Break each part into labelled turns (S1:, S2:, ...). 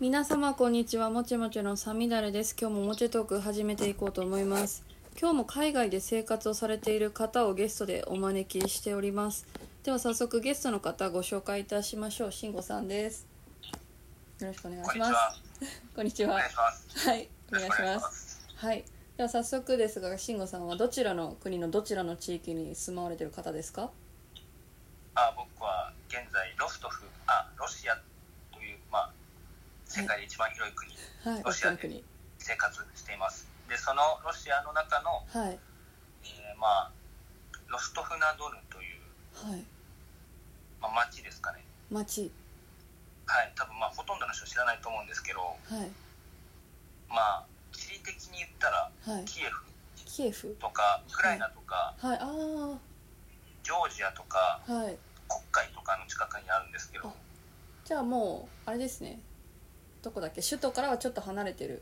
S1: 皆様こんにちはもちもちのさみだれです今日ももちトーク始めていこうと思います今日も海外で生活をされている方をゲストでお招きしておりますでは早速ゲストの方ご紹介いたしましょうしんごさんですよろしくお願い
S2: こ
S1: し
S2: んにち
S1: ます
S2: は。
S1: こんにち
S2: お
S1: は
S2: 願いします。
S1: はいお願いし
S2: よろ
S1: ま
S2: くお
S1: す
S2: す。
S1: はいでは早速ですがしんごさんはどちらの国のどちらの地域に住まわれている方ですか
S2: あ、僕は現在ロストフ、あ、ロシアというまあ世界で一番広い国で
S1: はい
S2: ロシア
S1: お近くに
S2: 生活しています。で、そのロシアの中の、
S1: はいはい
S2: えーまあロストフナドヌというまあ町ですかね。
S1: 町
S2: はい、多分まあほとんどの人知らないと思うんですけど、
S1: はい
S2: まあ地理的に言ったら
S1: はい
S2: キエフ
S1: キエフ
S2: とかウクライナとか
S1: はいあ
S2: ジョージアとか
S1: あはい
S2: 黒海とかの近くにあるんですけど、
S1: じゃあもうあれですねどこだっけ首都からはちょっと離れてる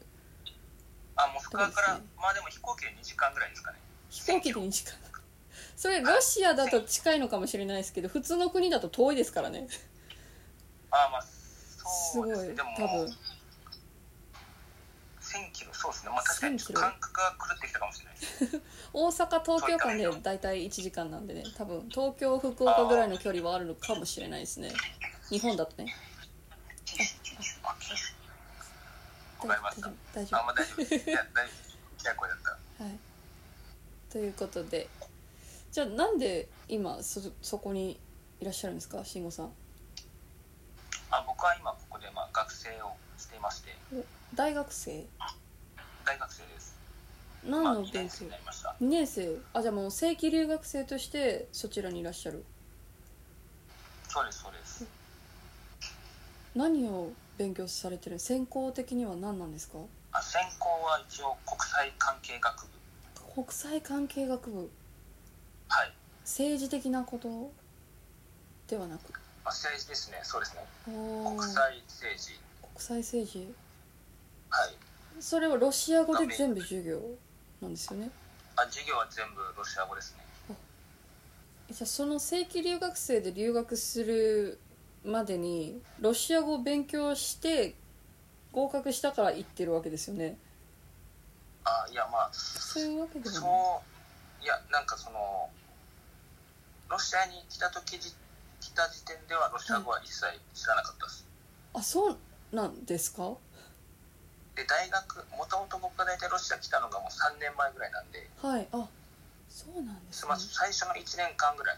S2: あ、モスクワか
S1: そう
S2: ら
S1: ですね
S2: まあでも飛行機で2時間ぐらいですかね。
S1: 飛行機で2時間それロシアだと近いのかもしれないですけど普通の国だと遠いですからね
S2: あーまあ
S1: す
S2: そ
S1: ご
S2: う
S1: い
S2: ですねでも
S1: 多分
S2: 1000キロそうですねまあ確かにちょっと
S1: 1000
S2: 感覚が狂ってきたかもしれないです
S1: 大阪東京間で大体1時間なんでね多分東京福岡ぐらいの距離はあるのかもしれないですね日本だとね
S2: あわかりました
S1: 大丈夫
S2: あんまあ大丈夫ですいや大丈夫ですいやこれだったら
S1: はい、ということでじゃあなんで今そそこにいらっしゃるんですか慎吾さん
S2: あ僕は今ここでまあ学生をしていまして
S1: 大学生
S2: 大学生です、
S1: 何
S2: まあ、
S1: の勉
S2: 2年
S1: 強
S2: 生になりました
S1: 2年生あじゃあもう正規留学生としてそちらにいらっしゃる
S2: そうですそうです
S1: 何を勉強されてる専攻的には何なんですか
S2: あ専攻は一応国際関係学部
S1: 国際関係学部
S2: はい、
S1: 政治的なことではなく
S2: まあ、政治ですねそうですね
S1: おー
S2: 国際政治
S1: 国際政治
S2: はい
S1: それはロシア語で全部授業なんですよね
S2: あ授業は全部ロシア語ですね
S1: じゃあその正規留学生で留学するまでにロシア語を勉強して合格したから行ってるわけですよね
S2: あいやまあ
S1: そういうわけでもない
S2: そういやなんかそのロシアに来た時じ来た時点ではロシア語は一切知らなかったです、
S1: あそうなんですかは
S2: で大学もともと僕が大体ロシア来たのがもう3年前ぐらいなんで
S1: いあそうなんですす
S2: ま
S1: ね
S2: ん最初の1年間ぐらい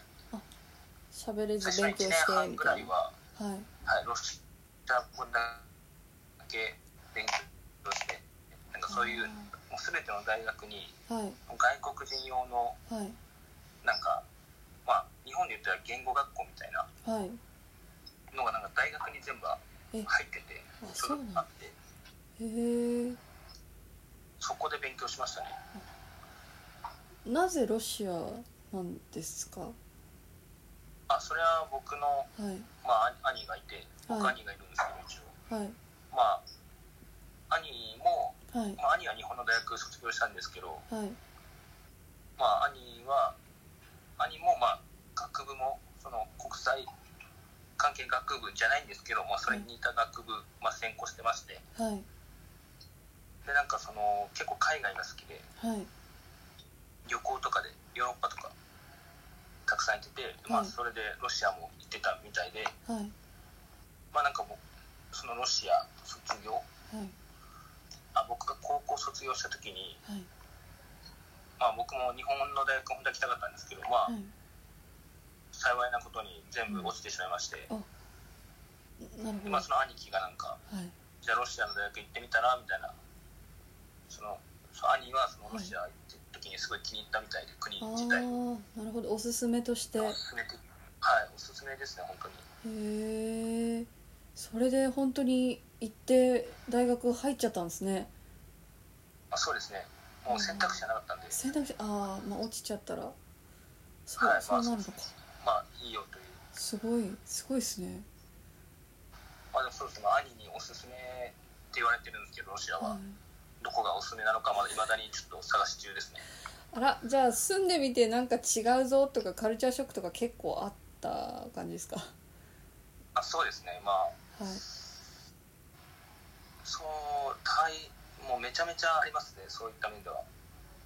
S1: 喋れ
S2: 最
S1: ず
S2: 初の
S1: 勉強
S2: 1年
S1: して
S2: 半
S1: み
S2: ぐら
S1: た
S2: い
S1: いな
S2: は、
S1: はい
S2: はい、ロシア語だけ勉強してなんかそういう
S1: あー
S2: もう全ての大学に
S1: はい
S2: 外国人用の
S1: はい
S2: なんかまあ日本で言ったら言語学校みたいな
S1: はい
S2: のがなんか大学に全部入ってて
S1: あ
S2: そ
S1: そう
S2: ういう
S1: なん
S2: のがあ
S1: だ
S2: って
S1: へえ
S2: そこで勉強しましたね
S1: なぜロシアなんですかは
S2: あそれは僕の、
S1: い
S2: まあ、兄兄がいて僕
S1: はい
S2: 兄がいるんですけど一応
S1: はい
S2: まあ兄も、
S1: はい
S2: まあ、兄は日本の大学卒業したんですけど
S1: はい
S2: まあ兄は兄もまあ学部もその国際関係学部じゃないんですけど、まあ、それに似た学部、まあ、専攻してまして
S1: はい
S2: でなんかその結構海外が好きで
S1: はい
S2: 旅行とかでヨーロッパとかたくさん行ってて、ま
S1: う
S2: あ、
S1: ん
S2: それでロシアも行ってたみたいで、
S1: はいはい
S2: まあなんかもうそのロシア卒業あ僕が高校卒業した時に、
S1: はい
S2: まあ、僕も日本の大学本当は来たかったんですけど、まあ
S1: はい
S2: 幸いなことに全部落ちてしまいまして、
S1: なるほ
S2: で
S1: ど
S2: まあ、
S1: は
S2: その兄貴がなんか
S1: い
S2: じゃあロシアの大学行ってみたらみたいなそのその兄はそのロシア行った時にすごい気に入ったみたいで国
S1: あ
S2: 自体を
S1: あなるほどおすすめとしてへ
S2: おすすめてはいおすすめですね本当に
S1: えそれで本当に行って大学入っちゃったんですね
S2: あそうですねもう選択肢はなかったんで、
S1: 選択肢ああまあ落ちちゃったらそう,、
S2: はい
S1: そうなるの
S2: まあそ
S1: か
S2: うですまあいいよという
S1: すごいすごいですね
S2: まあでもそうですねまあ兄におすすめって言われてるんですけどロシアは、
S1: はい
S2: どこがおすすめなのかまだ未だにちょっと探し中ですね
S1: あらじゃあ住んでみてなんか違うぞとかカルチャーショックとか結構あった感じですかは
S2: あそうですねまあ
S1: い
S2: ちゃめちゃありますねそういった面では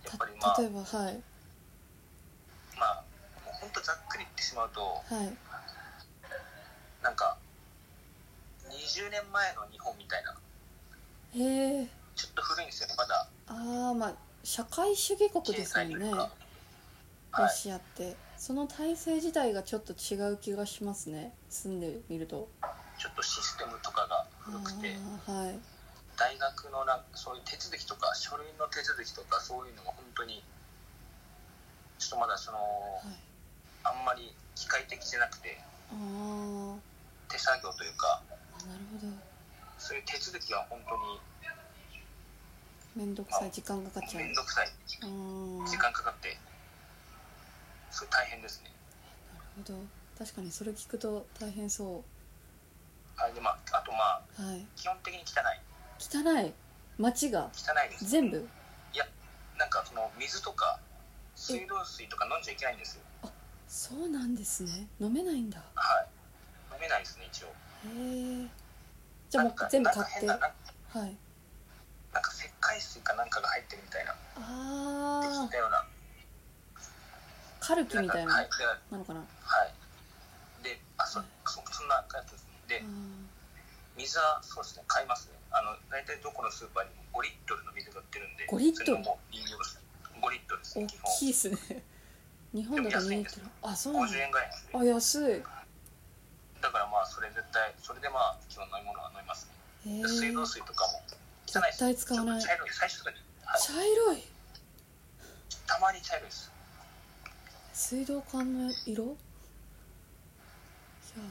S2: やっぱりまあ
S1: た例えばはい
S2: まあもうほんとざっくり言ってしまうと
S1: はい
S2: なんか20年前の日本みたいな
S1: へえ
S2: ちょっと古いんですよねまだ
S1: ああまあ社会主義国
S2: 経
S1: ですも
S2: 済と
S1: ん
S2: い
S1: ね
S2: うか、は
S1: ロ
S2: い、
S1: シアってその体制自体がちょっと違う気がしますね住んでみると
S2: ちょっとシステムとかが古くて
S1: あーはい
S2: 大学のなんそういう手続きとか書類の手続きとかそういうのが本当にちょっとまだその
S1: はい
S2: あんまり機械的じゃなくて
S1: あー
S2: 手作業というか
S1: あなるほど
S2: そういう手続きが本当に
S1: 面倒くさい時間かかっちゃう
S2: 面倒くさい
S1: あー
S2: 時間かかってそれ大変ですね
S1: なるほど確かにそれ聞くと大変そ
S2: はいでまああとまあ
S1: うはい
S2: 基本的に汚い
S1: 汚い街が
S2: 汚いです
S1: 全部
S2: なんかその水とか水道水とか飲んじゃいけないんですよ
S1: そうなんですね飲めないんだ
S2: はい飲めないですね一応
S1: へえじゃあもう
S2: なんか
S1: 全部買
S2: なんか
S1: って
S2: 変な
S1: は
S2: なん
S1: い
S2: なんか石灰水かなんかが入ってるみたいなって聞
S1: あ
S2: い
S1: あ
S2: たような
S1: カルキみたい
S2: んかは
S1: ない
S2: では
S1: なのかなあ
S2: いであそそそんなやつですねで
S1: ー
S2: 水はそうですね買いますねあの大体どこのスーパーにも5リットルの水が売ってるんで
S1: 5リットル
S2: それも飲料です5リットルです
S1: 大
S2: ね基本
S1: きいですね日本だと2リットルあそうなん
S2: 50円ぐらいですね
S1: だあ安いへ
S2: だからまあそれ絶対それでまあ基本飲み物は飲みますね
S1: え
S2: で水道水とかも汚
S1: 絶
S2: いですね
S1: 対使わない
S2: ちょ
S1: 茶
S2: っと茶色い最初とかに、はい、
S1: 色い
S2: たまに茶色いです
S1: 水道管の色い
S2: い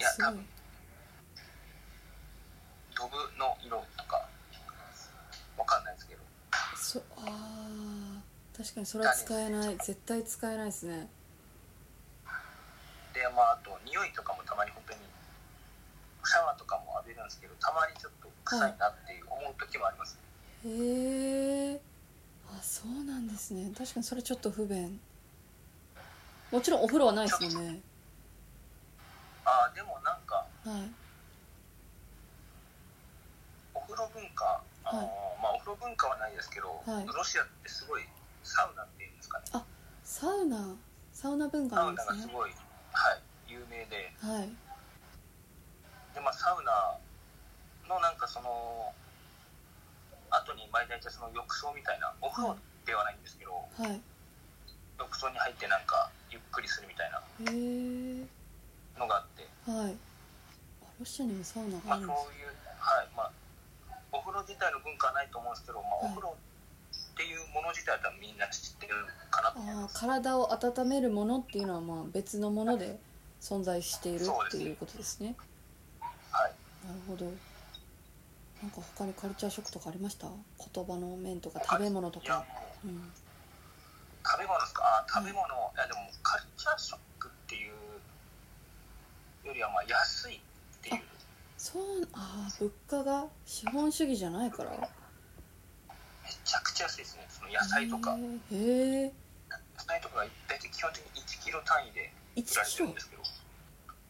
S1: や
S2: や
S1: すごい
S2: 多分ドブの色とかわかんないですけど
S1: そあー確かにそれは使えない絶対使えないですね
S2: でまああと匂いとかもたまに本当にシャワーとかも浴びるんですけどたまにちょっと臭いなっていう思う時もあります、
S1: へえあそうなんですね確かにそれちょっと不便もちろんお風呂はないですもんね
S2: ああでもなんか
S1: はい
S2: お風呂文化あの、
S1: はい
S2: まあお風呂文化はないですけど、
S1: はい
S2: ロシアってすごいサウナっていうんですかね
S1: サウナサウナ文化
S2: サ
S1: な
S2: ウ
S1: んで
S2: ナが
S1: す
S2: す
S1: ね
S2: ごい、はい、有名で
S1: はい
S2: で、まあ、サウナのなんかその後に毎大体その浴槽みたいなお風呂ではないんですけど、
S1: はい
S2: 浴槽に入ってなんかゆっくりするみたいな
S1: へえ
S2: のがあって、
S1: はいあロシアにもサウナが
S2: ま
S1: あ
S2: あ、
S1: る
S2: そ
S1: ん
S2: う
S1: です
S2: いう、はいまあ、お風呂自体の文化はないと思うんですけど、まあ、
S1: はい
S2: お風呂っていうもの自体は多分みんな知ってるかなと思い
S1: あ
S2: ま
S1: ー
S2: す。
S1: 体を温めるものっていうのはまあ別のもので存在しているっていうことですね
S2: はい
S1: なるほどなんか他にカルチャーショックとかありました言葉の面とか食べ物と
S2: いやも
S1: か、
S2: う
S1: うん、
S2: 食べ物ですかあー食べ物、いやでもカルチャーショックっていうよりはまあ安いっていう
S1: そうあー物価が資本主義じゃないから
S2: めちゃくちゃ安いですねその野菜と
S1: へ
S2: か
S1: えへえ
S2: 野菜とかが大体基本的に1キロ単位で売られ
S1: 1
S2: て
S1: キ
S2: る
S1: ロ
S2: んですけど、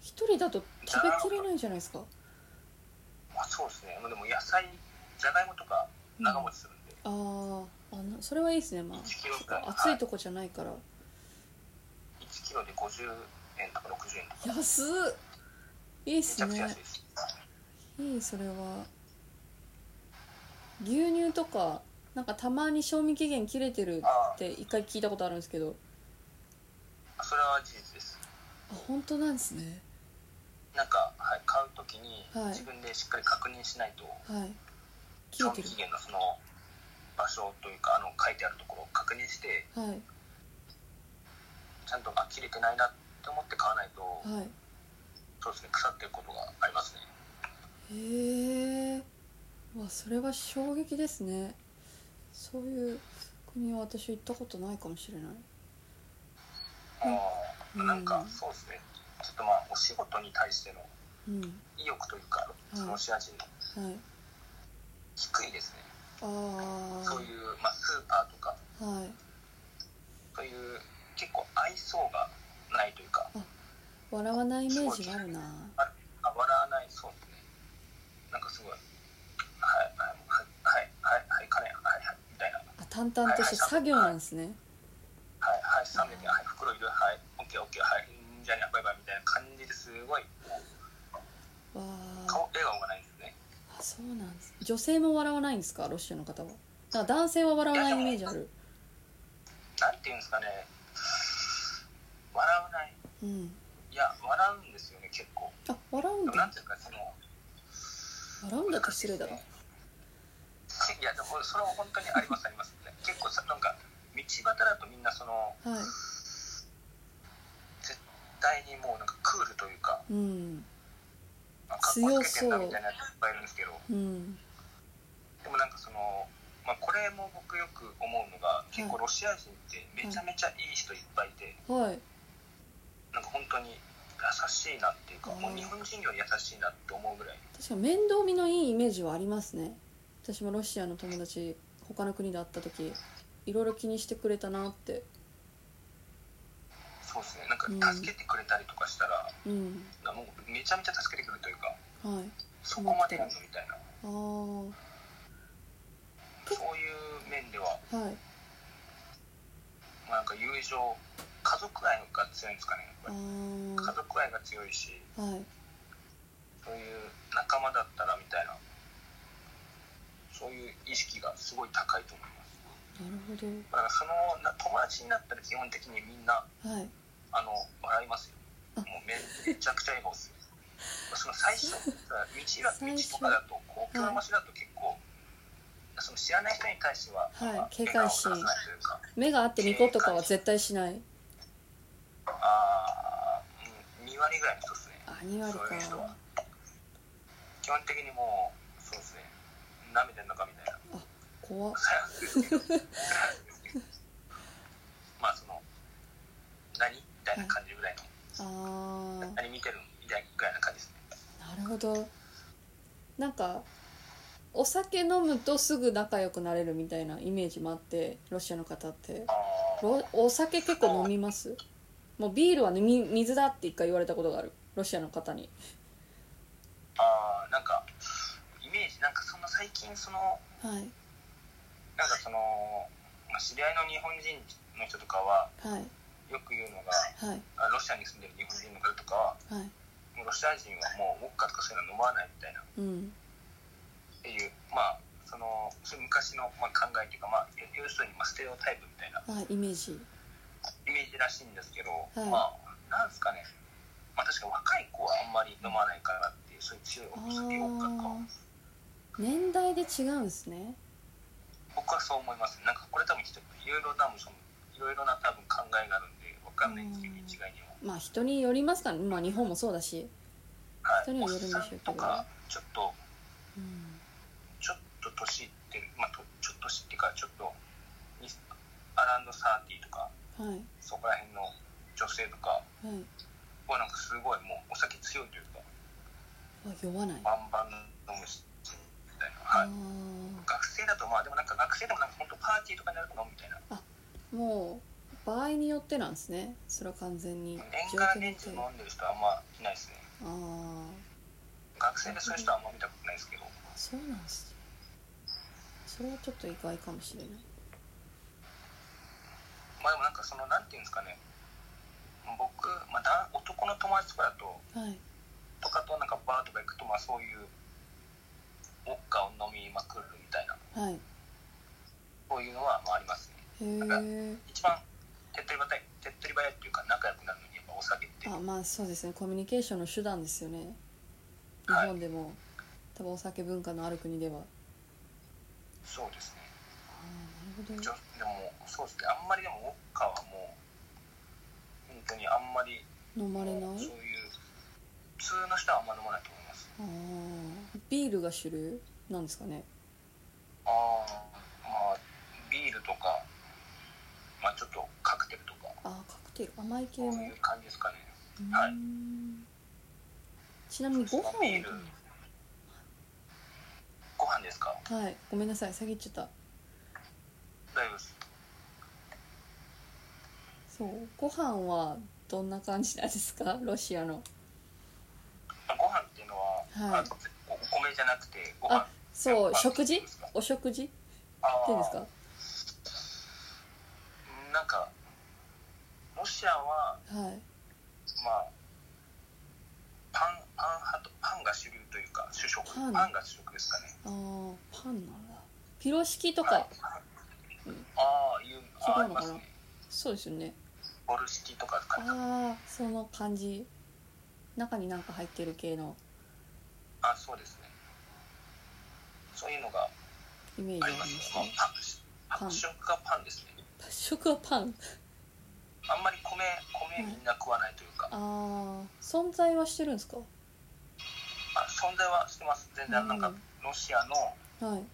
S1: 一人だと食べきれないじゃないですか
S2: まあ、そうですねまあでも野菜じゃがいもとか長持ちするんで、
S1: あーあなそれはいいですねまあ
S2: 1キロ
S1: そっ
S2: ぐら
S1: か
S2: い
S1: 暑いとこじゃないから
S2: 1キロで50円とか60円とか
S1: 安っいいっ
S2: め
S1: す
S2: ちゃくちゃ
S1: ね
S2: 安いです、
S1: いいそれは牛乳とかなんかたまに賞味期限切れてるって一回聞いたことあるんですけど
S2: それは事実です
S1: あ本当なんですね
S2: なんか、はい、買う時に
S1: はい
S2: 自分でしっかり確認しないと、
S1: はい切れ
S2: 賞
S1: て
S2: 味
S1: る
S2: 期限のその場所というかあの書いてあるところを確認して
S1: はい
S2: ちゃんとあ切れてないなって思って買わないと
S1: はい
S2: そうですね腐ってることがありますね
S1: へえうわそれは衝撃ですねそういう国は私行ったことないかもしれないうん
S2: うんなんかそうですねちょっとまあお仕事に対しての
S1: うんは
S2: 意欲というかロシア人の
S1: い
S2: 低いですね
S1: あ
S2: そういう、まあ、スーパーとか
S1: あはい
S2: そういう結構愛想がないというか
S1: 笑わないイメージがあるな
S2: あ笑わないそうですねなんかすごいはいはいはいはいはいはいカレンはいはい
S1: 淡々として作業なんですね
S2: はいはい冷めてはい袋いるはいオッケーオッケーはいうんじゃあねバイバイみたいな感じですごい
S1: わあ
S2: 顔笑顔がないんですね
S1: あそうなんです女性も笑わないんですかロシアの方はなんか男性は笑わないイメージある
S2: なんていうんですかね笑わない
S1: うん
S2: いや笑うんですよね結構
S1: あ笑うん
S2: でもなん
S1: だ
S2: ていうんですかその
S1: 笑うんだと失礼だない
S2: やでもそれは本当にありますあります結構さなんか道端だとみんなその
S1: は
S2: 絶対にもうなんかクールというか
S1: いうん
S2: あかっこつけてんなみたいなやついっぱいいるんですけど
S1: うん
S2: でもなんかその、まあ、これも僕よく思うのが結構ロシア人ってめちゃめちゃいい人いっぱいいて、
S1: はい
S2: なんか本当に優しいなっていうか、もう日本人より優しいなって思うぐらい
S1: 確かに面倒見のいいイメージはありますね私もロシアの友達他の国で会った時いろいろ気にしてくれたなって
S2: そうですねなんか
S1: うん
S2: 助けてくれたりとかしたら、
S1: うん
S2: もうめちゃめちゃ助けてくるというか
S1: はい
S2: そこまでなんだみたいな
S1: ああ
S2: そういう面では、
S1: はい
S2: まあ、なんか友情家族愛が強いんですかね
S1: あ
S2: やっぱり家族愛が強いし
S1: あはい
S2: そういう仲間だったらみたいなそういう意識がすごい高いと思いま
S1: なるほ
S2: す
S1: ど
S2: だからそのな友達になったら基本的にみんな
S1: はい
S2: あの笑いますよ
S1: あ
S2: もうめめちゃくちゃ笑 顔ですよその最初だから道は
S1: 最初
S2: 道とかだと公共の場所だと結構、その知らない人に対しては、
S1: はい
S2: まあ
S1: 警戒心
S2: 笑顔を出さないというか
S1: 目があってニコとかは絶対しない
S2: ああ2割ぐらいの人ですね
S1: あ2割
S2: そういう人
S1: か
S2: は基本的にもうそうですね舐めてんのかみたいな
S1: 怖っ
S2: まあその何みたいな感じぐらいの、
S1: ああ
S2: 何見てるみたいなぐらいな感じですね
S1: なるほどなんかお酒飲むとすぐ仲良くなれるみたいなイメージもあってロシアの方って
S2: あー
S1: ロお酒結構飲みますもうビールは、ね、み水だって一回言われたことがあるロシアの方に
S2: あーなんかイメージなんかそんな最近その
S1: はい
S2: なんかその、まあ、知り合いの日本人の人とかは
S1: はい
S2: よく言うのが
S1: はい
S2: あロシアに住んでる日本人の方とかは
S1: はい
S2: もうロシア人はもうウォッカとかそういうの飲まないみたいな
S1: うん
S2: っていうまあそのそれ昔の、まあ、考えというか、まあ、要要するにまあステレオタイプみたいな
S1: あイメージ
S2: イメージらしいんですけど、
S1: い
S2: まあなんですかね、まあ、確か若い子はあんまり飲まないかなっていうそういう強い
S1: あ
S2: お酒多かった
S1: あ
S2: か
S1: 年代で違うんですね
S2: 僕はそう思いますなんかこれ多分人いろいろ多分そのいろいろな多分考えがあるんで分かんないんですよ
S1: う
S2: ね
S1: ん
S2: 一概には。
S1: まあ人によりますから、ね、まあ日本もそうだし、
S2: はい、
S1: 人にはよるんでしょうけどね
S2: おっさんとかちょっと
S1: うん、
S2: ちょっと年いってる、まあ、とちょっと年っていうかちょっとにアラウンドサーティとか
S1: はい
S2: そこら辺の女性と
S1: は
S2: か
S1: い
S2: はなんかすごいもうお酒強いというか
S1: あ酔わないあ
S2: バンバン飲むしみたいな、はい
S1: あ
S2: 学生だとまあでもなんか学生でもなんか本当パーティーとかになると飲むみたいな
S1: ーもう場合によってなんですねそれは完全に
S2: 年
S1: 状
S2: が
S1: 況によ
S2: 年
S1: って
S2: 中飲んでる人はあんまいないですね
S1: あ
S2: 学生でそういう人はあんま見たことないですけど
S1: あそうなんですねそれはちょっと意外かもしれない
S2: まあでもなんかそのなんていうんですかね僕、まあ、だ男の友達とかだと
S1: はい
S2: とかとなんかバーとか行くとまあそういうウォッカを飲みまくるみたいな
S1: はい
S2: そういうのはまあありますね
S1: へえ
S2: 一番手っ取り早い手っ取り早いっていうか仲良くなるのにやっぱお酒って
S1: あまあそうですねコミュニケーションの手段ですよね日
S2: はい
S1: 本でも、多分お酒文化のある国では
S2: そうですね
S1: ああなるほ
S2: ち
S1: ど
S2: ょでもそうですねあんまりでもウォッカはもう本当にあんまり
S1: 飲まれな
S2: そう
S1: い
S2: いう普通の人はあんま飲まないと思います
S1: ああビールが主流なんですかね
S2: ああまあビールとかまあちょっとカクテルとか
S1: あーカクテル甘い系
S2: そう
S1: の
S2: いう感じですかねは
S1: う
S2: い
S1: んちなみにご飯は
S2: ビールご飯ですか
S1: はいごめんなさい先言っちゃった
S2: 大丈夫です
S1: そうご飯はどんな感じなんですかロシアの
S2: ご飯っていうのは、
S1: はい
S2: あおお米じゃなくてご飯
S1: そう
S2: あ
S1: 食事
S2: そうですか
S1: お食事って
S2: あ
S1: いうんですか
S2: うんなんかロシアは
S1: はい
S2: まあパンパン派とパンが主流というか主食
S1: パ
S2: パ
S1: ン
S2: ンが主食ですかね
S1: あーパンなんだピロシキと
S2: はい
S1: か
S2: ああいうあー
S1: 違
S2: あ
S1: う
S2: り
S1: の
S2: ま
S1: か
S2: す
S1: な
S2: ね
S1: そうですよね
S2: ボルシキとかかな
S1: ああその感じ中になんか入ってる系の
S2: あそうですねそういうのが
S1: イメージ
S2: あ
S1: あ
S2: り
S1: りま
S2: ま
S1: す
S2: ね
S1: す
S2: ま
S1: ね
S2: あパン発色がパンですね
S1: 発色はパン
S2: あんまり米米みんな食わないというか、
S1: ああ存在はしてるんですか
S2: あ存在はしてます全然なんかロシアの
S1: はい
S2: あの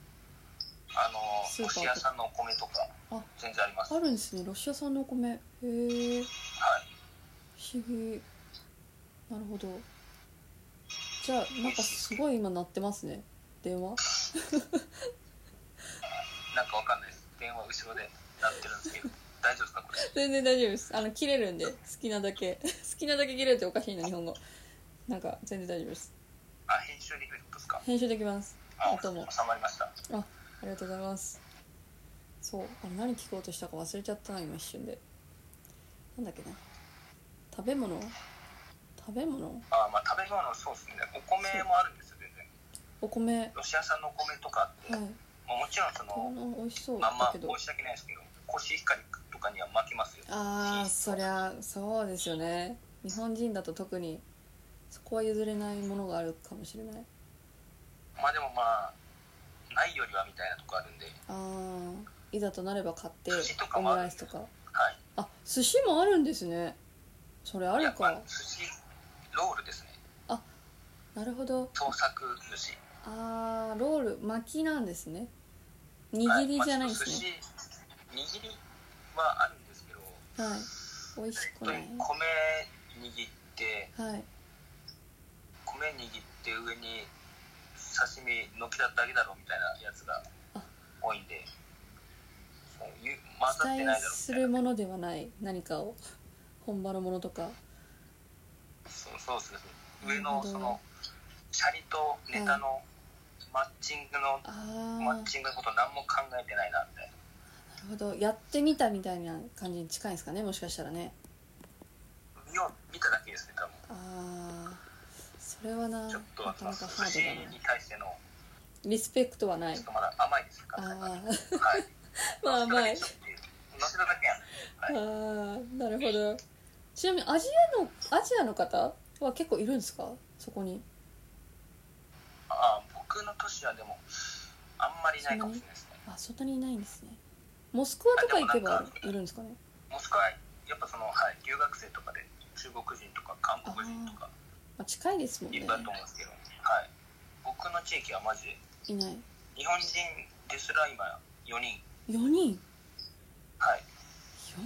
S1: スーパーと
S2: ロ
S1: か
S2: シア産のお米とか
S1: あ
S2: 全然あります
S1: あ
S2: はい
S1: るんですねロシア産のお米へえ不思議なるほどじゃあなんかすごい今鳴ってますね電話
S2: なんかわかんないです電話後ろで鳴ってるんですけど大丈夫ですかこれ
S1: 全然大丈夫ですあの切れるんで好きなだけ好きなだけ切れるっておかしいな日本語なんか全然大丈夫です
S2: あ編集できるってことですか
S1: 編集できます
S2: あ
S1: あどうも
S2: 収まりました
S1: ありがとうございますそうあれ何聞こうとしたか忘れちゃったな今一瞬でなんだっけな食べ物食べ物
S2: あまあ食べ物そうですねお米もあるんですよ全然
S1: お米
S2: ロシア産のお米とかあって、
S1: はい
S2: まあ、もちろんそ
S1: こ
S2: の
S1: の美味しそう
S2: ま
S1: だ
S2: んま
S1: けど
S2: 申し訳ないですけどコシヒカリとかには負けますよ
S1: ああそりゃそうですよね日本人だと特にそこは譲れないものがあるかもしれない
S2: まあでもまあないよりはみたいなとこあるんで
S1: あーいざとなれば買って
S2: 寿司とか
S1: オ
S2: もあ
S1: ム
S2: る
S1: ライスとか
S2: はい
S1: あ寿司もあるんですねそれあ
S2: や
S1: る
S2: っぱ
S1: か
S2: 寿司ロールですね
S1: なるほど
S2: 創作寿司
S1: あーロール巻きなんですね握りじゃないんで
S2: は
S1: すね
S2: まあ、寿司握りはあるんですけど
S1: はい美味しくない
S2: 米握って
S1: はい
S2: 米握って上に刺身のっけただけだろみたいなやつが多いんでそうゆ混
S1: 期
S2: ざってない
S1: 待
S2: だろみ
S1: す
S2: たい
S1: る
S2: な
S1: ものではない何かを本場のものとか
S2: そうそうそうそう
S1: な
S2: 上
S1: るほ
S2: の
S1: ど
S2: そのシャリとネタのマッチングの、
S1: あ
S2: マ
S1: あ
S2: ッチングのこと何も考えてないなみたいな
S1: なるほどやってみたみたいな感じに近いんですかねもしかしたらね
S2: 見よう見ただけですね多分
S1: ああそれはなな
S2: ちょっと
S1: かなかハ
S2: 寿司
S1: ードだな
S2: に対しての
S1: リスペクトはない
S2: ちょっとまだ甘いですよ
S1: あ
S2: 感
S1: あ
S2: 覚がはい
S1: ー まあ甘い
S2: 乗せただけやん
S1: あーなるほどちなみにアジアのアジアの方は結構いるんですかそこに
S2: あ僕の年はでもあんまりないかもしれないですね
S1: あそんなにいないんですねモスクワとか行けばいるんですかね
S2: もしくはやっぱその、はい、留学生とかで中国人とか韓国人とか
S1: まあ、近いですもん
S2: い
S1: ね
S2: るかと思うんですけど、はい、僕の地域はマジで
S1: いない
S2: 日本人ですら今4人
S1: 4人
S2: はい
S1: 4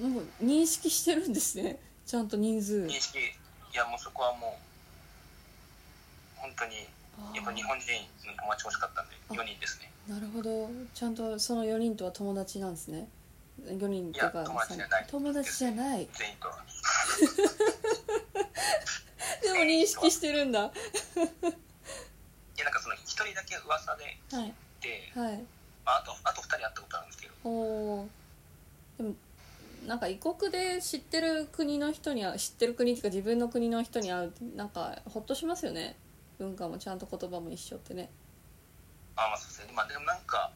S1: 人もう認識してるんですねちゃんと人数
S2: 認識いやもうそこはもう本当に
S1: あ
S2: やっぱ日
S1: ー
S2: 本人の友達欲しかったんで4人ですね
S1: なるほどちゃんとその4人とは友達なんですね4人っていうか
S2: いや友達じゃない
S1: 友達じゃない
S2: 全員とは
S1: でも認識してるんだ
S2: いやなんかその1人だけ噂で
S1: はい
S2: で、
S1: はい
S2: まあ、あとあと2人会ったことあるんですけど
S1: おおでもなんか異国で知ってる国の人に会う知ってる国っていうか自分の国の人に会うってなんかほっとしますよね文化もちゃんと言葉も一緒ってね
S2: あまあそうですねまあでもなんか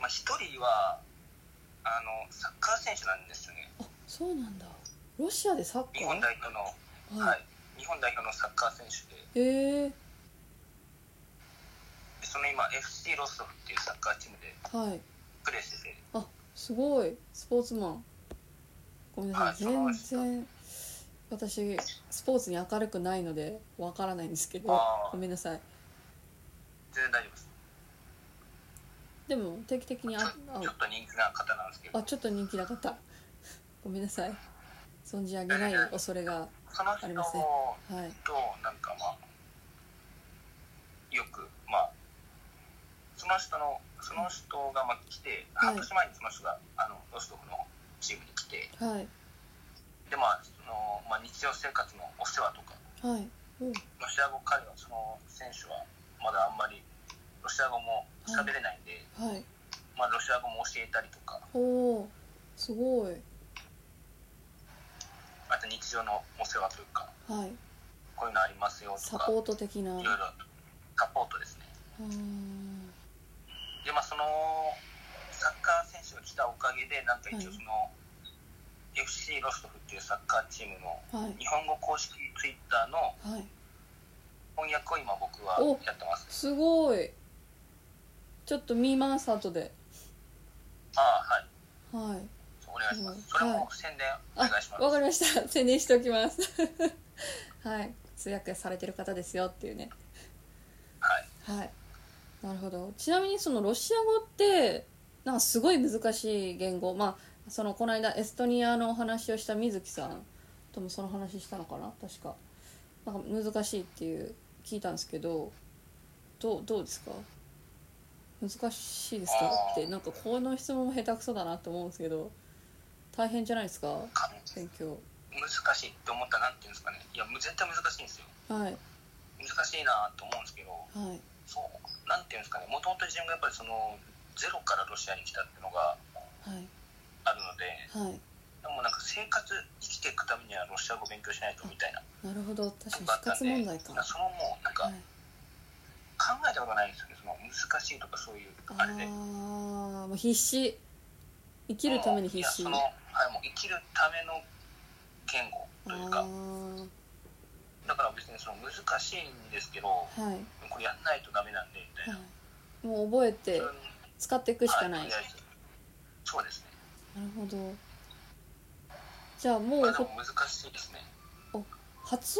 S2: まあ、1人はあのサッカー選手なんですよね、
S1: うんあそうなんだロシアでサッ
S2: 日
S1: カ
S2: 本
S1: ー
S2: 代表の、はい日本代表のサッカー選手で、
S1: いへえ
S2: でその今、FC ロストフっていうサッカーチームで
S1: はい
S2: プレーしてて、
S1: あすごいスポーツマンごめんなさい、
S2: は
S1: 全
S2: いその
S1: 然私スポーツに明るくないのでわからないんですけど
S2: あー
S1: ごめんなさい
S2: 全然大丈夫です、
S1: でも定期的にあ
S2: ちょっと人気な方なんですけ
S1: あ
S2: ど、
S1: あちょっと人気な方ごめんなさい存じ上げない恐れが
S2: その人
S1: ありません
S2: と、
S1: はい
S2: なんかまあ、よく、まあ、その人の、その人がまあ来て、
S1: はい
S2: 半年前にその人があのロストフのチームに来て、
S1: はい
S2: で、まあ、そのまあ、日常生活のお世話とか、
S1: はいうん
S2: ロシア語彼はその選手はまだあんまりロシア語も喋れないんで、
S1: はい
S2: まあ、ロシア語も教えたりとか
S1: おおすごい
S2: あと日常のお世話というか
S1: はい
S2: こういうのありますよと
S1: サ
S2: かい
S1: ポ
S2: ろ
S1: ート的ない
S2: ろサポートですね
S1: あー
S2: でまあそのサッカー選手が来たおかげでなんか一応その、FC ロストフっていうサッカーチームの
S1: はい
S2: 日本語公式ツイッターの
S1: はい
S2: 翻訳を今僕は
S1: お
S2: やってます
S1: すごいちょっと見ます後で
S2: ああはい
S1: はい
S2: お願いしま
S1: うん
S2: すそれも宣伝お願いします
S1: わかりました宣伝しておきます はい通訳されてる方ですよっていうね
S2: はい
S1: はいなるほどちなみにそのロシア語ってなんかすごい難しい言語まあそのこの間エストニアのお話をした水木さんともその話したのかな確かなんか難しいっていう聞いたんですけどどうどうですか難しいですか
S2: あー
S1: ってなんかこの質問も下手くそだなと思うんですけど大変じゃないですか
S2: か
S1: 勉強
S2: 難しいって思ったらなんていうんですかねいやむ絶対難しいんですよ
S1: はい
S2: 難しいなと思うんですけど
S1: はい
S2: そうなんていうんですかねもともと自分がやっぱりそのゼロからロシアに来たっていうのが
S1: はい
S2: あるの
S1: は
S2: で
S1: い
S2: でもなんか生活生きていくためにはロシア語勉強しないとみたいな
S1: なるほど確かに
S2: とこあ
S1: 死
S2: った
S1: 活
S2: んで
S1: 問題か、
S2: そのもうなん
S1: は
S2: か
S1: い、
S2: 考えたことないんですよねその難しいとかそういう
S1: あ
S2: あれで
S1: あもう必死生きるために必死
S2: もういやその、
S1: あ
S2: はい、もう生きるための言語というか
S1: ー
S2: だから別にその難しいんですけど
S1: はい、
S2: これやんないとダメなんでみた
S1: は
S2: いな、
S1: い、もう覚えて
S2: うん
S1: 使っていくしかない、
S2: はとりあえずそうです
S1: な
S2: ね
S1: るほどじゃあも
S2: ま
S1: う
S2: あでも
S1: ほ
S2: 難しいですね
S1: 発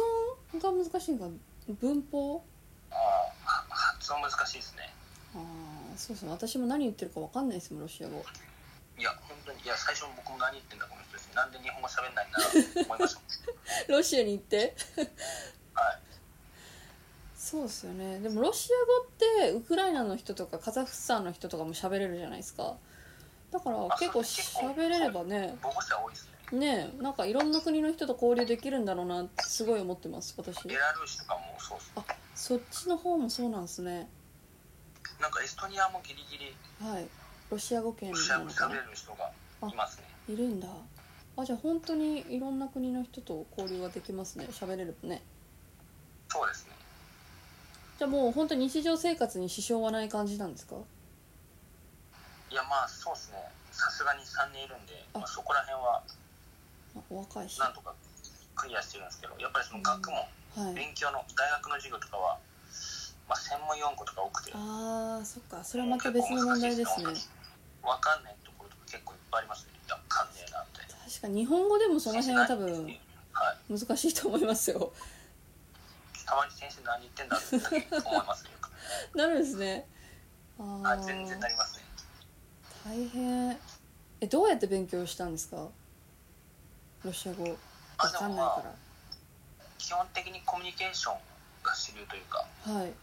S1: 音が難しいんか文法
S2: ああは発音難しいですね
S1: ああそうですね私も何言ってるかわかんないですもんロシア語
S2: いや本当にいや最初僕も何言ってんだこの人ですなんで日本語喋んないんだろうと思いましたもん
S1: ロシアに行って
S2: はい
S1: そうですよねでもロシア語ってウクライナの人とかカザフスタンの人とかも喋れるじゃないですかだから結構喋れればね
S2: 母語者多い ですね
S1: ねえなんかいろんな国の人と交流できるんだろうなってすごい思ってます私
S2: ベラルーシとかもそうです
S1: そっちの方もそうなんですね
S2: なんかエストニアもギリギリ
S1: はいロシア語圏
S2: ロ
S1: み
S2: シ
S1: た
S2: ア
S1: いな
S2: 語
S1: のか
S2: 喋れ
S1: な
S2: る人がいますね
S1: いるんだあじゃあ本当にいろんな国の人と交流ができますね喋れるね
S2: そうですね
S1: じゃあもう本当に日常生活に支障はない感じなんですか
S2: いやまあそうですねさすがに3人いるんで、
S1: あ
S2: まあ、そこら辺は
S1: あお若いしは
S2: なんとかクリアしてるんですけどやっぱりその学問、
S1: い
S2: 勉強の大学の授業とかは、まあ、専門用語とか多くて
S1: あーそっかそれはまた別の問題ですね
S2: わかんないところとか結構いっぱいありますねわかんねえなって
S1: 確かに日本語でもその辺は多分
S2: はいた
S1: 難しいと思いますよ
S2: まに先生何言ってんだって思いますね
S1: なるんですねあ
S2: あ
S1: あ
S2: 全然なりますね
S1: 大変えどうやって勉強したんですかロシア語わ
S2: あ
S1: かんない
S2: でもまあ
S1: か
S2: 基本的にコミュニケーションが主流というから
S1: はい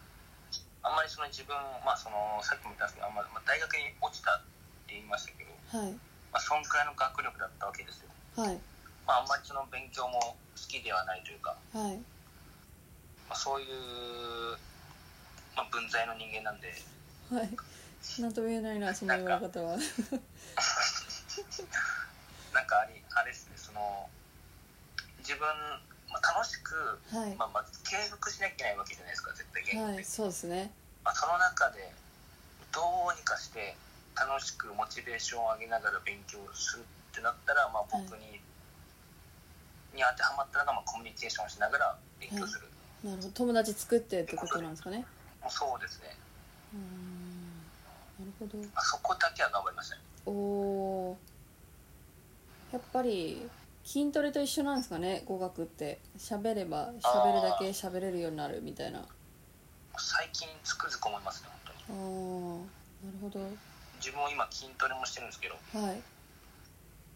S2: あんまりその自分、まあ、そのさっきも言ったんですけどあんまり、まあ、大学に落ちたって言いましたけど、
S1: はい
S2: まあ、そんくらいの学力だったわけですよ、
S1: はい
S2: まあ、あんまりその勉強も好きではないというか、
S1: はい
S2: まあ、そういう、まあ、文在の人間なんで
S1: はいなんとも言えないなその言われ方 は
S2: なんかありあれですねその自分、まあ、楽しく、
S1: はい
S2: まあ、まず継続しなきゃいけないわけじゃないですか絶対言語っ
S1: は
S2: て
S1: い、そうですね
S2: まあ、その中でどうにかして楽しくモチベーションを上げながら勉強するってなったら、まあ、
S1: はい
S2: 僕に,、に当てはまったのが、まあ、コミュニケーションをしながら勉強する、
S1: なるほど友達作ってってことなんですかね
S2: もうそうですね、
S1: うーんなるほど
S2: まあ、そこだけは頑張りましたね
S1: おーやっぱり筋トレと一緒なんですかね語学って喋れば喋るだけ喋れるようになるみたいなあ
S2: 最近つくづく思いますね本当に
S1: あーなるほど
S2: 自分も今筋トレもしてるんですけど
S1: はい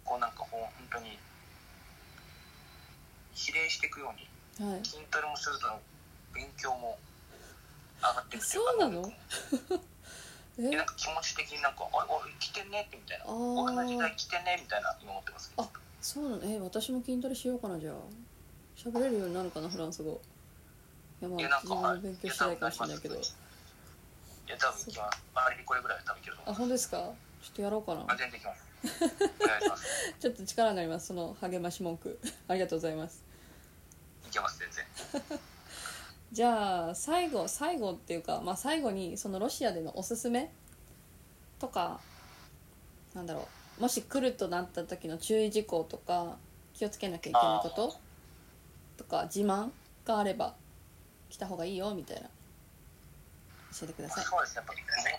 S2: こうなんかほん本当に比例していくように
S1: はい
S2: 筋トレもすると勉強も上がっていくとい
S1: そうな
S2: う
S1: の
S2: か
S1: え
S2: えなんか気持ち的になんか「あれ俺来てんね」ってみたいな
S1: あ
S2: 「
S1: ー
S2: 俺の時代来てんね」みたいな今思ってます
S1: あそうなのえ私も筋トレしようかなじゃあ喋れるようになるかなフランス語いやま
S2: い
S1: あ
S2: やなん
S1: 自
S2: か
S1: 分
S2: は
S1: の
S2: い
S1: 勉強次第かもしれないけど
S2: いやいや多分いきます周りにこれぐらいは多分いけると
S1: あ
S2: 思う
S1: 本当ですかちょっとやろうかな
S2: 安全できますお願いします
S1: ちょっと力になりますその励まし文句 ありがとうございます
S2: いけます全然
S1: じゃあ最後最後っていうか、まあ、最後にそのロシアでのおすすめとかなんだろうもし来るとなった時の注意事項とか気をつけなきゃいけないこととか自慢があれば来た方がいいよみたいな教えてください
S2: そうですね、やっぱりね、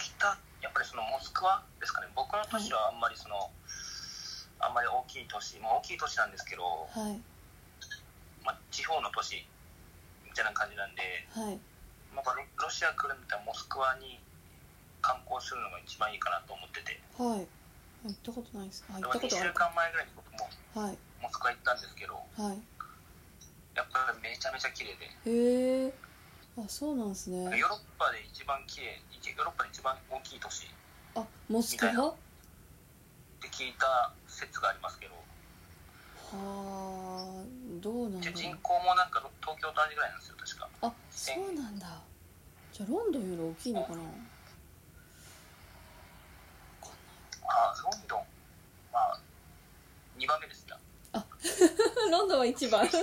S2: 北、やっぱりそのモスクワですかね、僕の都市はあんまりその、あんまり大きい都市、まあ、大きい都市なんですけど、
S1: はい
S2: まあ、地方の都市みたいな感じなんで、
S1: はい
S2: まあ、ロロシア来るんだったらモスクワに観光するのが一番いいかなと思ってて、
S1: はい行ったことないですあ
S2: で
S1: 行っ
S2: も
S1: たこ
S2: 2
S1: とあ
S2: 週
S1: る
S2: 間前ぐらいに僕も
S1: はい
S2: モスクワ行ったんですけど、
S1: はい
S2: やっぱりめちゃめちゃ綺麗で、
S1: へえあそうなんですね
S2: ヨーロッパで一番綺麗、いちヨーロッパで一番大きい都市っ
S1: あモスクワは
S2: て聞いた説がありますけど、
S1: あどうなんだ
S2: で
S1: ろ
S2: 人
S1: う
S2: 口もなんか東京と同じぐらいなんですよ、確か。
S1: あそうなんだじゃあロンドンより大きいの かなわかん
S2: あロンドン、まあ、2番目ですか。
S1: ないロンドンは一 番そ
S2: い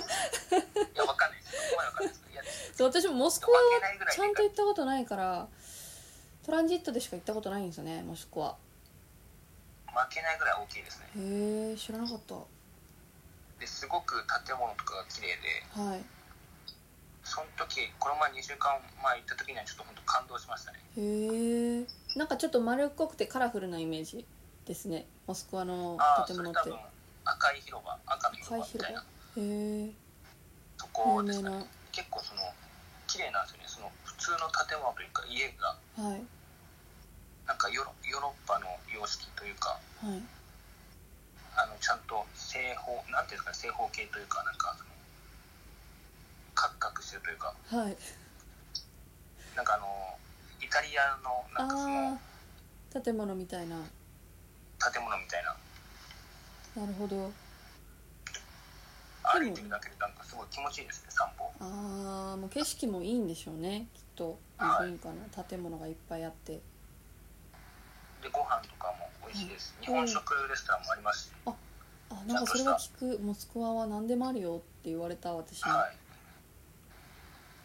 S2: や、わかんないです。そこまでわかんないです。いや、
S1: う私もモス
S2: 負
S1: クワは
S2: けないぐらい
S1: ちゃんと
S2: でかい
S1: 行ったことないからトランジットでしか行ったことないんですよねモスクワ
S2: 負けないぐらい大きいですね。
S1: へえ知らなかったは
S2: ですごく建物とかが綺麗で、
S1: い
S2: その時、この前2週間前行った時にはちょっと本当感動しましたね。
S1: へえなんかちょっと丸っこくてカラフルなイメージですねモスクワの
S2: ああ、そ
S1: 建
S2: れ
S1: 物っ
S2: 多
S1: て
S2: 分赤い広場、赤の広場みたいな
S1: へえ
S2: と
S1: 有
S2: こで
S1: 名
S2: す
S1: な
S2: ね。結構その、綺麗なんですよね。その普通の建物というか家が、
S1: はい
S2: なんかヨーロヨーロッパの様式というか、
S1: はい
S2: あのちゃんと正方なんていうんですかね正方形というかなんかそのカクカクしてるというか
S1: はい
S2: なんかあのイタリアのなんかそ
S1: あ
S2: の
S1: あ建物みたいな
S2: 建物みたいな
S1: なるほど
S2: 歩いてるだけでなんかすごい気持ちいいですね散歩
S1: ああもう景色もいいんでしょうねきっと
S2: はい
S1: 文化の建物がいっぱいあって
S2: でご飯とかも美味しいです日本食レストランもありますし、
S1: あなんかそれは聞くモスクワは何でもあるよって言われた私も、
S2: はい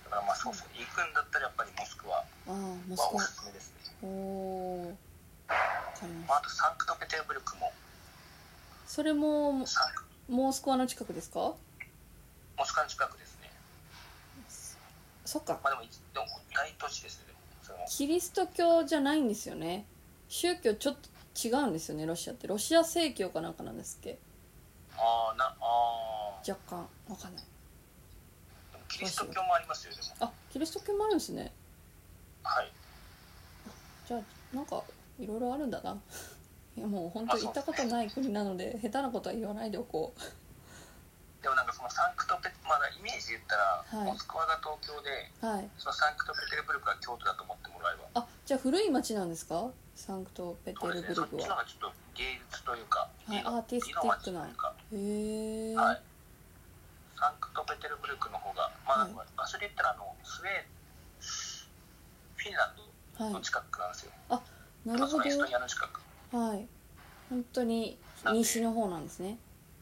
S2: だからまあそうそう行くんだったらやっぱりモスクワは
S1: ああモスク
S2: お
S1: ワ
S2: すすめですね、
S1: おおーわかりま
S2: まあ、
S1: し
S2: あとサンクトペテルブルクも
S1: たそれも
S2: サンク
S1: モスクワの近くですか
S2: モスクワの近くですね
S1: そっか
S2: まあでもいでも大都市ですねでもそれも
S1: キリスト教じゃないんですよね宗教ちょっと違うんですよねロシアってロシア正教かなんかなんですっけ
S2: ああなああ
S1: 若干わかんない
S2: でもキリスト教もありますよ、でも。
S1: あキリスト教もあるんですね
S2: はい。
S1: じゃあなんかいろいろあるんだな いやもう本当行ったことない国なので下手なことは言わないでおこう
S2: でもなんかそのサンクトペ、まだイメージで言ったら、
S1: はい
S2: モスクワが東京で、
S1: はい
S2: そのサンクトペテルブルクが京都だと思ってもらえば、
S1: あじゃあ古い町なんですかサンクトペテ
S2: そうで
S1: ル
S2: す
S1: ブ
S2: ね、
S1: ルク
S2: そっち
S1: は
S2: の方がちょっと芸術というか、
S1: はい
S2: 芸の
S1: アーティスティックな
S2: 芸の街というか
S1: へえ、
S2: はい。サンクトペテルブルクの方が、まあ、
S1: は
S2: 場所で言ったら、あの、スウェーデン、フィンランドの
S1: は
S2: 近くなんですよ。
S1: い、なるほ
S2: そのエスト
S1: ど
S2: ニアの近く。
S1: はい本当に西の方なんですね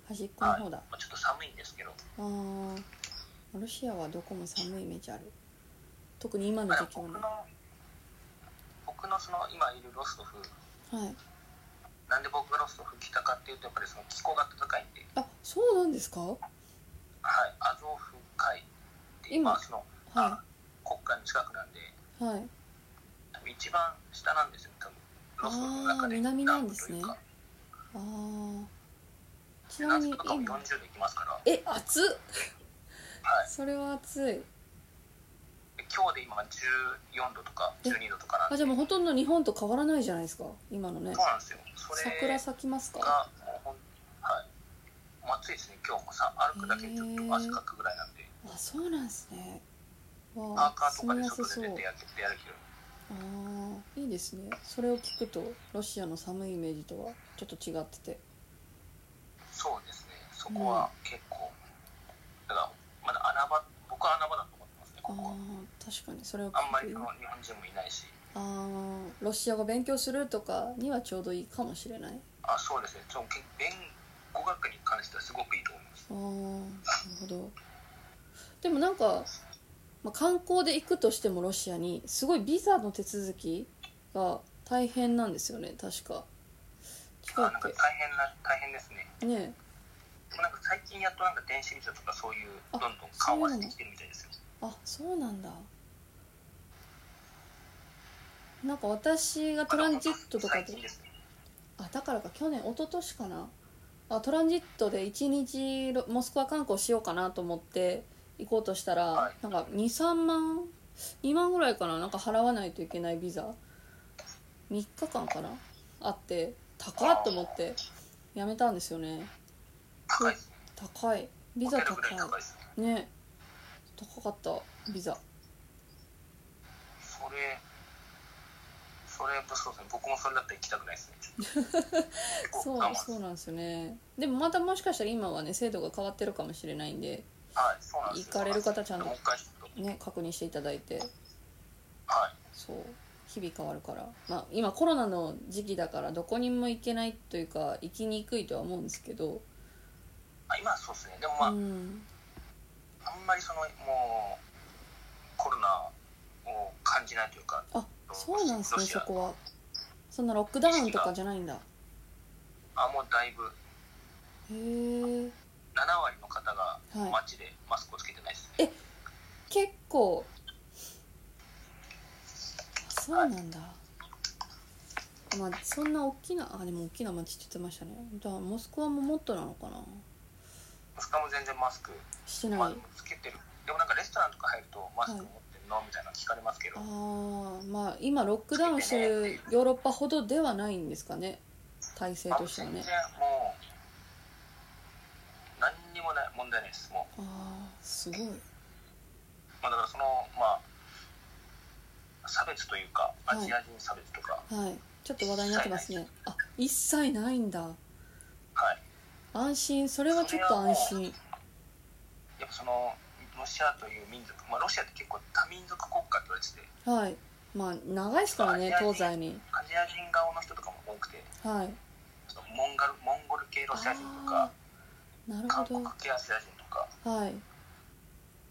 S1: 端っこの方だ、
S2: まあ、ちょっと寒いんですけど、
S1: あーロシアはどこも寒いイメージある特に今の
S2: まあ、
S1: 時期は
S2: 僕
S1: ね
S2: の、僕のその今いるロストフ、
S1: はい
S2: なんで僕がロストフ来たかっていうとやっぱりその気候が高いんで、
S1: あそうなんですかは
S2: はい、アゾフ海って
S1: 今
S2: 今その、あ国家の近くなんで
S1: いはい
S2: 多分一番下なんですよ多分ロストフの中で
S1: あー南なんですね
S2: 南部
S1: あーち
S2: というか
S1: なみ
S2: 夏
S1: に
S2: とかも
S1: 今
S2: 40度いきますから、はい、
S1: え暑っそれは暑い
S2: で今日で今14度とか12度とかなん
S1: あ
S2: で
S1: じゃあもうほとんど日本と変わらないじゃないですか今のね
S2: そうなんですよそれ
S1: 桜咲きますか
S2: がもうほんはいもう暑いですね今日もさ歩くだけでちょっと汗かくぐらいなんで
S1: あそうなんですねわ
S2: パーカ
S1: あ
S2: ーと
S1: 住
S2: か
S1: み
S2: で
S1: やす
S2: 外
S1: そ
S2: で
S1: う
S2: 出てやってやるけど
S1: あーいいですねそれを聞くとロシアの寒いイメージとはちょっと違ってて
S2: そうですね、そこは結構、だから、まだ穴場、僕は穴場だと思ってますね、
S1: あ
S2: ここは。
S1: ー確かにそれを
S2: あんまりその日本人もいないし
S1: あーロシア語勉強するとかにはちょうどいいかもしれない
S2: あそうですねそのけ言語学に関してはすごくいいと思います
S1: あーなるほどでもなんか、まあ、観光で行くとしてもロシアにすごいビザの手続きが大変なんですよね確か違う
S2: あなんか
S1: っ
S2: 大変な大変ですね
S1: けねえ
S2: でもなんか最近やっとなんか電子ビザとかそういう
S1: あ
S2: どんどん緩和してきてるみたいですよ
S1: あそうなんだなんか私がトランジットとか
S2: 最
S1: で
S2: 近ですね
S1: あだからか去年一昨年かなあトランジットで1日ロモスクワ観光しようかなと思って行こうとしたら、
S2: はい
S1: なんか23万2万ぐらいかななんか払わないといけないビザ3日間かなあって高っと思ってやめたんですよね
S2: 高いですね
S1: 高いビ
S2: ホ
S1: ザ
S2: テ
S1: 高
S2: ルぐらい高いですね
S1: いね高かったビザ
S2: それそれそうですね僕もそれだったら行きたくないで すね結構
S1: そう
S2: 我慢
S1: そうなんですよねでもまたもしかしたら今はね制度が変わってるかもしれないんで
S2: はいそうなんですよ
S1: 行かれる方ちゃんと
S2: もう一回ちょっと
S1: ね確認していただいて
S2: はい
S1: そう日々変わるから、まあ、今コロナの時期だからどこにも行けないというか行きにくいとは思うんですけど、
S2: あ今はそうですねでもまあ、
S1: うん
S2: あんまりそのもうコロナを感じないというか
S1: あそうなんですね
S2: ロシ
S1: そ
S2: ア
S1: こはそんなロックダウンとかじゃないんだへ
S2: あもうだいぶ
S1: え
S2: 7割の方が
S1: はい
S2: 街でマスクをつけてないです、
S1: 結構あそうなんだまあそんな大きなあでも大きな街って言ってましたねじゃあモスクワももっとなのかな
S2: モスクワも全然マスク、
S1: してない、
S2: まあ、つけてるでもなんかレストランとか入るとマスク持ってるの、みたいなの聞かれますけど
S1: あーまあ今ロックダウンしてるヨーロッパほどではないんですかね体制
S2: あ
S1: としては
S2: 全
S1: ね
S2: 然もう何にもない問題ないですもう、
S1: ああすごい
S2: まあ、だからそのまあ差別というかアジア人差別とか、
S1: はいちょっと話題になってますねあ一切ないんだ
S2: はい
S1: 安心それはちょっと安心
S2: やっぱそのロシアという民族、まあ、ロシアって結構多民族国家って言われてて
S1: はいまあ長いですからね東西に
S2: アジア人顔の人とかも多くて
S1: はい
S2: そのモンガルモンゴル系ロシア人と
S1: あ
S2: か
S1: ーなる
S2: 韓
S1: ほ
S2: 国系アジア人とか
S1: どはい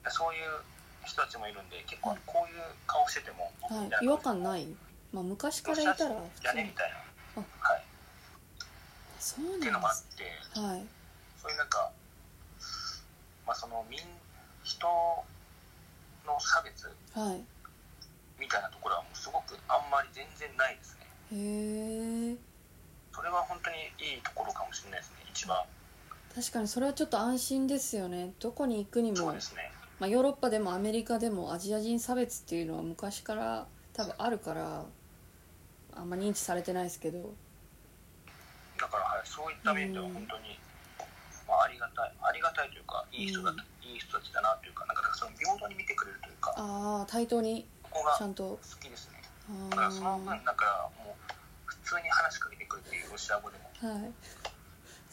S2: そういう人たちもいるんで結構こういう顔してても、
S1: は
S2: みた
S1: い
S2: い
S1: 違
S2: な
S1: 和感ないまあ昔か
S2: ロ
S1: ら
S2: シ
S1: いた
S2: ア人
S1: ら普
S2: や
S1: 通
S2: ね
S1: に
S2: みたい
S1: あ
S2: な、はい、っ
S1: そうなん
S2: て
S1: で
S2: い
S1: す
S2: うのもあって
S1: はい
S2: そういうなんか、まあ、その民人の差別
S1: はい
S2: みたいなところはもうすごくあんまり全然ないですね
S1: へえ
S2: それは本当にいいところかもしれないですね一番
S1: 確かにそれはちょっと安心ですよねどこに行くに
S2: そう
S1: も
S2: ですね
S1: まあ、ヨーロッパでもアメリカでもアジア人差別っていうのは昔から多分あるからあんま認知されてないですけど
S2: だから、はい、そういった面では本当に、まあ、ありがたいありがたいというかいい人だと、いい人たちだなというかなんかだからその平等に見てくれるというか
S1: ああ対等に
S2: ここが
S1: ちゃ
S2: 好
S1: んと
S2: きですねだから
S1: あ
S2: その分だからもう普通に話しかけてくるっていうロシア語でも
S1: あはい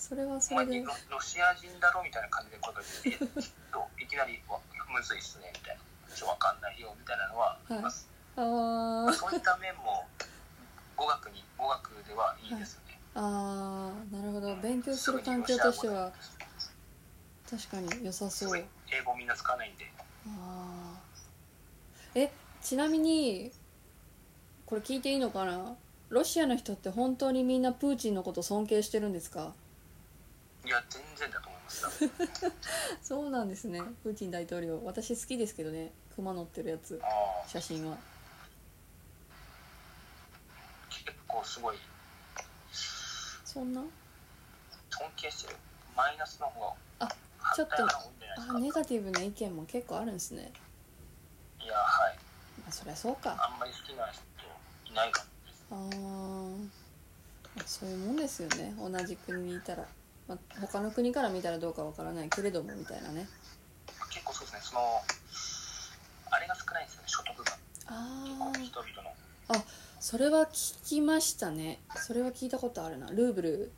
S1: それは
S2: 「
S1: そ
S2: お前
S1: れで
S2: ロロシア人だろ」みたいな感じで声かけてえ「といきなりわむずいっすね」みたいな「ちょっとわかんないよ」みたいなのはあります、
S1: あー
S2: そういった面も語学に語学ではいいですよね、
S1: あーなるほど勉強する環境としては
S2: す
S1: 確かに良さそ
S2: ご
S1: う
S2: い英語みんな使わないんで
S1: あーえちなみにこれ聞いていいのかなロシアの人って本当にみんなプーチンのこと尊敬してるんですか
S2: いや全然だと思います
S1: そうなんですねプーチン大統領私好きですけどね熊乗ってるやつ
S2: ああ
S1: 写真は
S2: 結構すごい
S1: そんな
S2: 尊敬してるマイナスの方
S1: あ
S2: が
S1: ちょっと
S2: 反対派の方じゃないです
S1: あ
S2: か
S1: ネガティブな意見も結構あるんですね
S2: いやはい
S1: まあそりゃそうか
S2: あんまり好きな人いないかもです
S1: あーまあそういうもんですよね同じ国にいたら、まあ、他の国から見たらどうかわからないけれどもみたいなね
S2: 結構そうですねそのあれが少ないんですよね所得が結
S1: あ
S2: 構
S1: ー
S2: 人々の
S1: それは聞きましたねそれは聞いたことあるなルーブル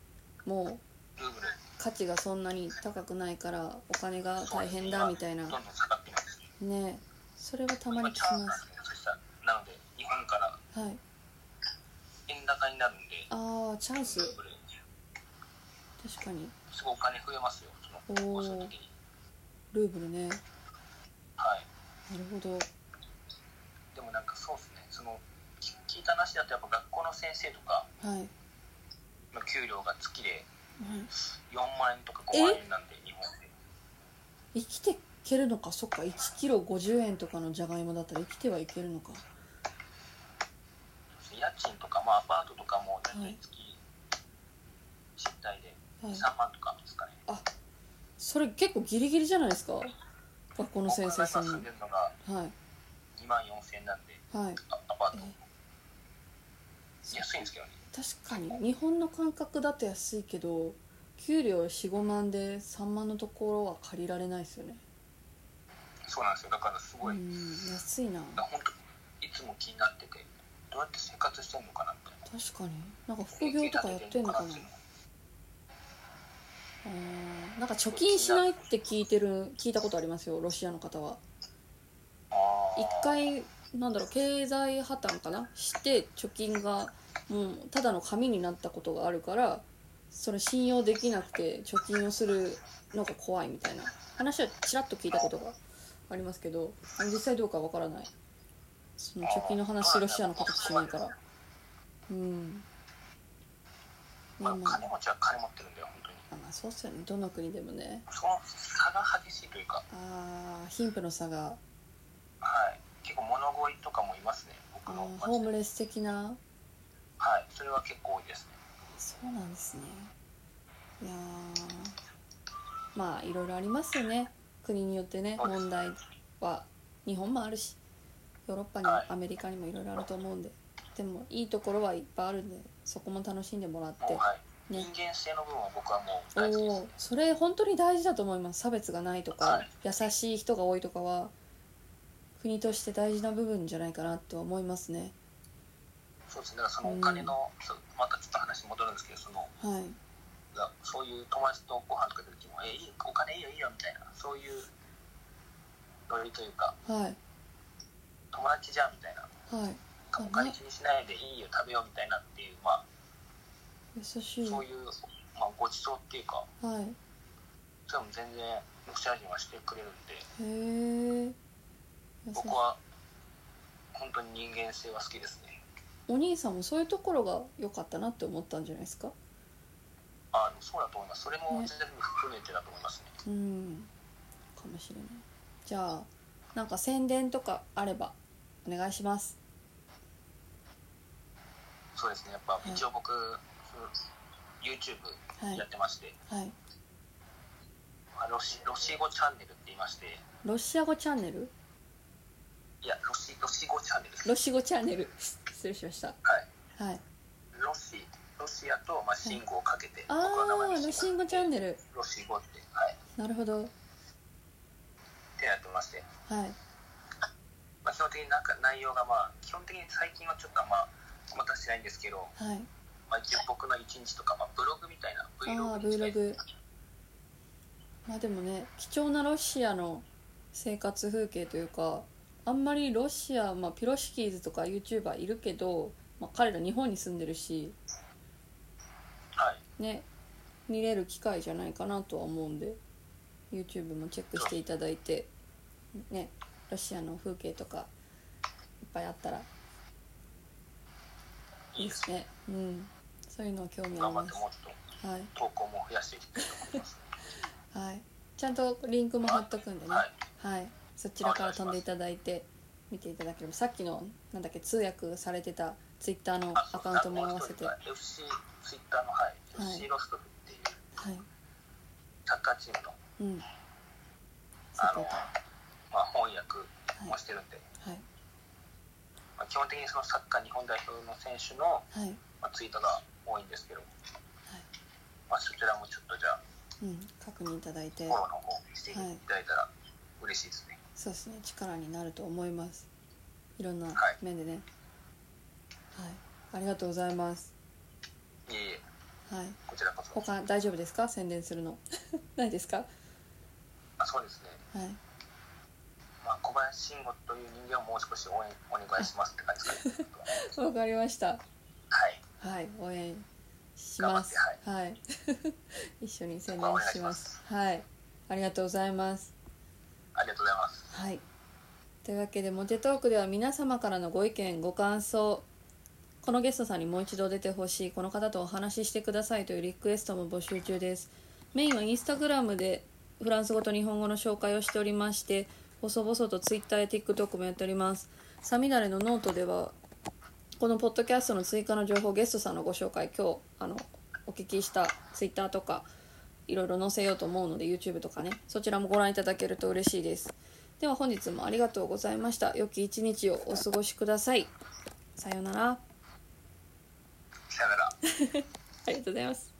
S1: も
S2: ルーブル
S1: 価値がそんなに高くないからお金が大変だみたいな
S2: どんどん下がってます
S1: ねそれはたまに
S2: まあ、
S1: 聞き
S2: チャンス
S1: ま
S2: な
S1: す
S2: んですけどそしたらなので日本から
S1: はい
S2: 円高になるんで
S1: ああチャンス
S2: これ
S1: 確かに
S2: すごいお金増えますよその
S1: お
S2: こ
S1: ー
S2: うした時に
S1: ルーブルねなる
S2: はい
S1: ほど
S2: でもなんかそうですねそのき聞いた話だとやっぱ学校の先生とか
S1: はい、はい、
S2: の給料が月で4万円とか5万円なんで日本で
S1: 生きていけるのかそっか1キロ50円とかのじゃがいもだったら生きてはいけるのか
S2: 家賃とか、まあ、アパートとかも大体月賃貸で
S1: はい
S2: 3万とかですかね、
S1: それ結構ギリギリじゃないですか学校の先生さん
S2: 僕が今住ん
S1: に
S2: でるのが
S1: は
S2: 2万4000円なんで
S1: いはい
S2: あアパート
S1: え
S2: 安いんですけどね
S1: 確かに日本の感覚だと安いけど給料45万で3万のところは借りられないですよね
S2: そうなんですよだからすご
S1: う
S2: い、
S1: ん安いな
S2: 本当いつも気になっててどうやって生活してんのかなみたいな
S1: 確かになんか副業とかやってんのかな
S2: 生計立ててんの
S1: あーなんか貯金しないって聞いてる聞いたことありますよロシアの方は
S2: あー
S1: 一回なんだろう経済破綻かなして貯金がもうただの紙になったことがあるからそれ信用できなくて貯金をするのが怖いみたいな話はちらっと聞いたことがありますけど実際どうかわからないその貯金の話ロシアの方しないからうんまあ
S2: まあ、
S1: まあ
S2: 金持ちは金持ってるんだよ本当に
S1: まあそうっすよねどの国でもね
S2: その差が激しいというか
S1: ああ貧富の差が
S2: はい結構物乞いとかもいますね
S1: あ
S2: 僕の
S1: ーホー
S2: 街
S1: ム
S2: で
S1: レス的な
S2: はいそれは結構多いですね
S1: そうなんですねいやーまあいろいろありますよね国によってね
S2: そうです
S1: 問題は日本もあるしヨーロッパにも
S2: はい
S1: アメリカにもいろいろあると思うんででもいいところはいっぱいあるんでそこも楽しんでもらっ
S2: もう
S1: て
S2: はい
S1: ね
S2: 人間性の部分は僕はもう
S1: お
S2: 大好きです
S1: おーそれ本当に大事だと思います差別がないとか、
S2: はい
S1: 優しい人が多いとかは国として大事な部分じゃないかなとは思いますね
S2: そうですねだからそのお金の、そうまたちょっと話戻るんですけどその
S1: はい
S2: がそういう友達とご飯とか行く時も「えいいお金いいよいいよ」みたいなそういうノリというか
S1: はい
S2: 友達じゃんみたいな
S1: はい
S2: お金気にしないでいいよ食べようみたいなっていうまあ
S1: 優しい
S2: そう
S1: は
S2: いう、まあ、ごちそうっていうか
S1: い
S2: それも全然ロシア人はしてくれるん
S1: へえ
S2: で
S1: 優しい
S2: 僕は本当に人間性は好きですね
S1: お兄さんもそういうところが良かったなって思ったんじゃないですか
S2: あのそうだと思いますそれも
S1: ね
S2: 全部含めてだと思いますね
S1: うんかもしれないじゃあなんか宣伝とかあればお願いします
S2: そうですねやっぱ
S1: い
S2: 一応僕、YouTube
S1: はい
S2: やってまして、
S1: はい
S2: まあロシロシ語チャンネルって言いまして
S1: ロシア語チャンネル
S2: いやロシロシ語チャンネルです
S1: ロシ語チャンネル 失礼しました
S2: はい
S1: はい
S2: ロシロシアと、まあ、信号をかけて、
S1: あ
S2: 僕の名前
S1: あ
S2: に
S1: ロ
S2: して
S1: シン語チャンネ
S2: ル
S1: ル
S2: ロシ語ってはい
S1: なるほど
S2: ってやってまして、
S1: はい
S2: まあ、基本的になんか内容がまあ基本的に最近はちょっとあんまお待たせしないんですけど、
S1: はい
S2: まあ、一応僕の一日とか、まあ、ブログみたいな
S1: ああ
S2: Vlog にしたい
S1: Vlog まあでもね貴重なロシアの生活風景というかあんまりロシア、まあ、ピロシキーズとか YouTuber いるけど、まあ、彼ら日本に住んでるし
S2: はい
S1: ね見れる機会じゃないかなとは思うんで YouTube もチェックしていただいてねロシアの風景とかいっぱいあったらい
S2: い
S1: いで
S2: いです
S1: すねうんそういうのは興味あ
S2: 頑
S1: り
S2: 張
S1: ます
S2: ってもうちょっ
S1: はい
S2: と投稿も増やしていきたいと思います
S1: はい、ちゃんとリンクも貼っとくんでね、は
S2: はいい
S1: そちらから飛んでいただいて見ていただければさっきのなんだっけ通訳されてたツイッターの
S2: あ
S1: アカウントも合わせて、は
S2: あもう一人が FC ツイッターのはい、
S1: はい
S2: FC ロストフっていう
S1: い
S2: サッカーチームの
S1: うん、
S2: あ
S1: さて
S2: の
S1: と、は
S2: まあ、翻訳もしてるんで、
S1: い
S2: まあ、基本的にそのサッカー日本代表の選手の、
S1: はい、はい
S2: まあ、ツイートが多いんですけど、まあ、そちらもちょっとじゃあ
S1: うん、確認いただいて
S2: フォローの方していただいたら嬉しいですね、
S1: そうですね力になると思いますいろんな
S2: はい
S1: 面でねはいありがとうございます
S2: い、えいえ
S1: はい
S2: こちらこそ
S1: 他大丈夫です か宣伝するのないですか
S2: あそうですね
S1: はい
S2: まあ、小林慎吾という人間をもう少し応援お願いしますって感じですかね。
S1: わかりました。
S2: はい。
S1: はい、応援します。はい、一緒に宣伝します。はい、ありがとうございます。
S2: ありがとうございます。
S1: はい。というわけで、モテトークでは皆様からのご意見、ご感想、このゲストさんにもう一度出てほしい、この方とお話ししてくださいというリクエストも募集中です。メインはインスタグラムでフランス語と日本語の紹介をしておりまして、細々とツイッターや TikTok もやっております。サミダレのノートでは、このポッドキャストの追加の情報、ゲストさんのご紹介、今日、あの、お聞きしたツイッターとか、いろいろ載せようと思うので YouTube とかねそちらもご覧いただけると嬉しいですでは本日もありがとうございました良き一日をお過ごしくださいさようならあ
S2: さよなら。
S1: りがとうございます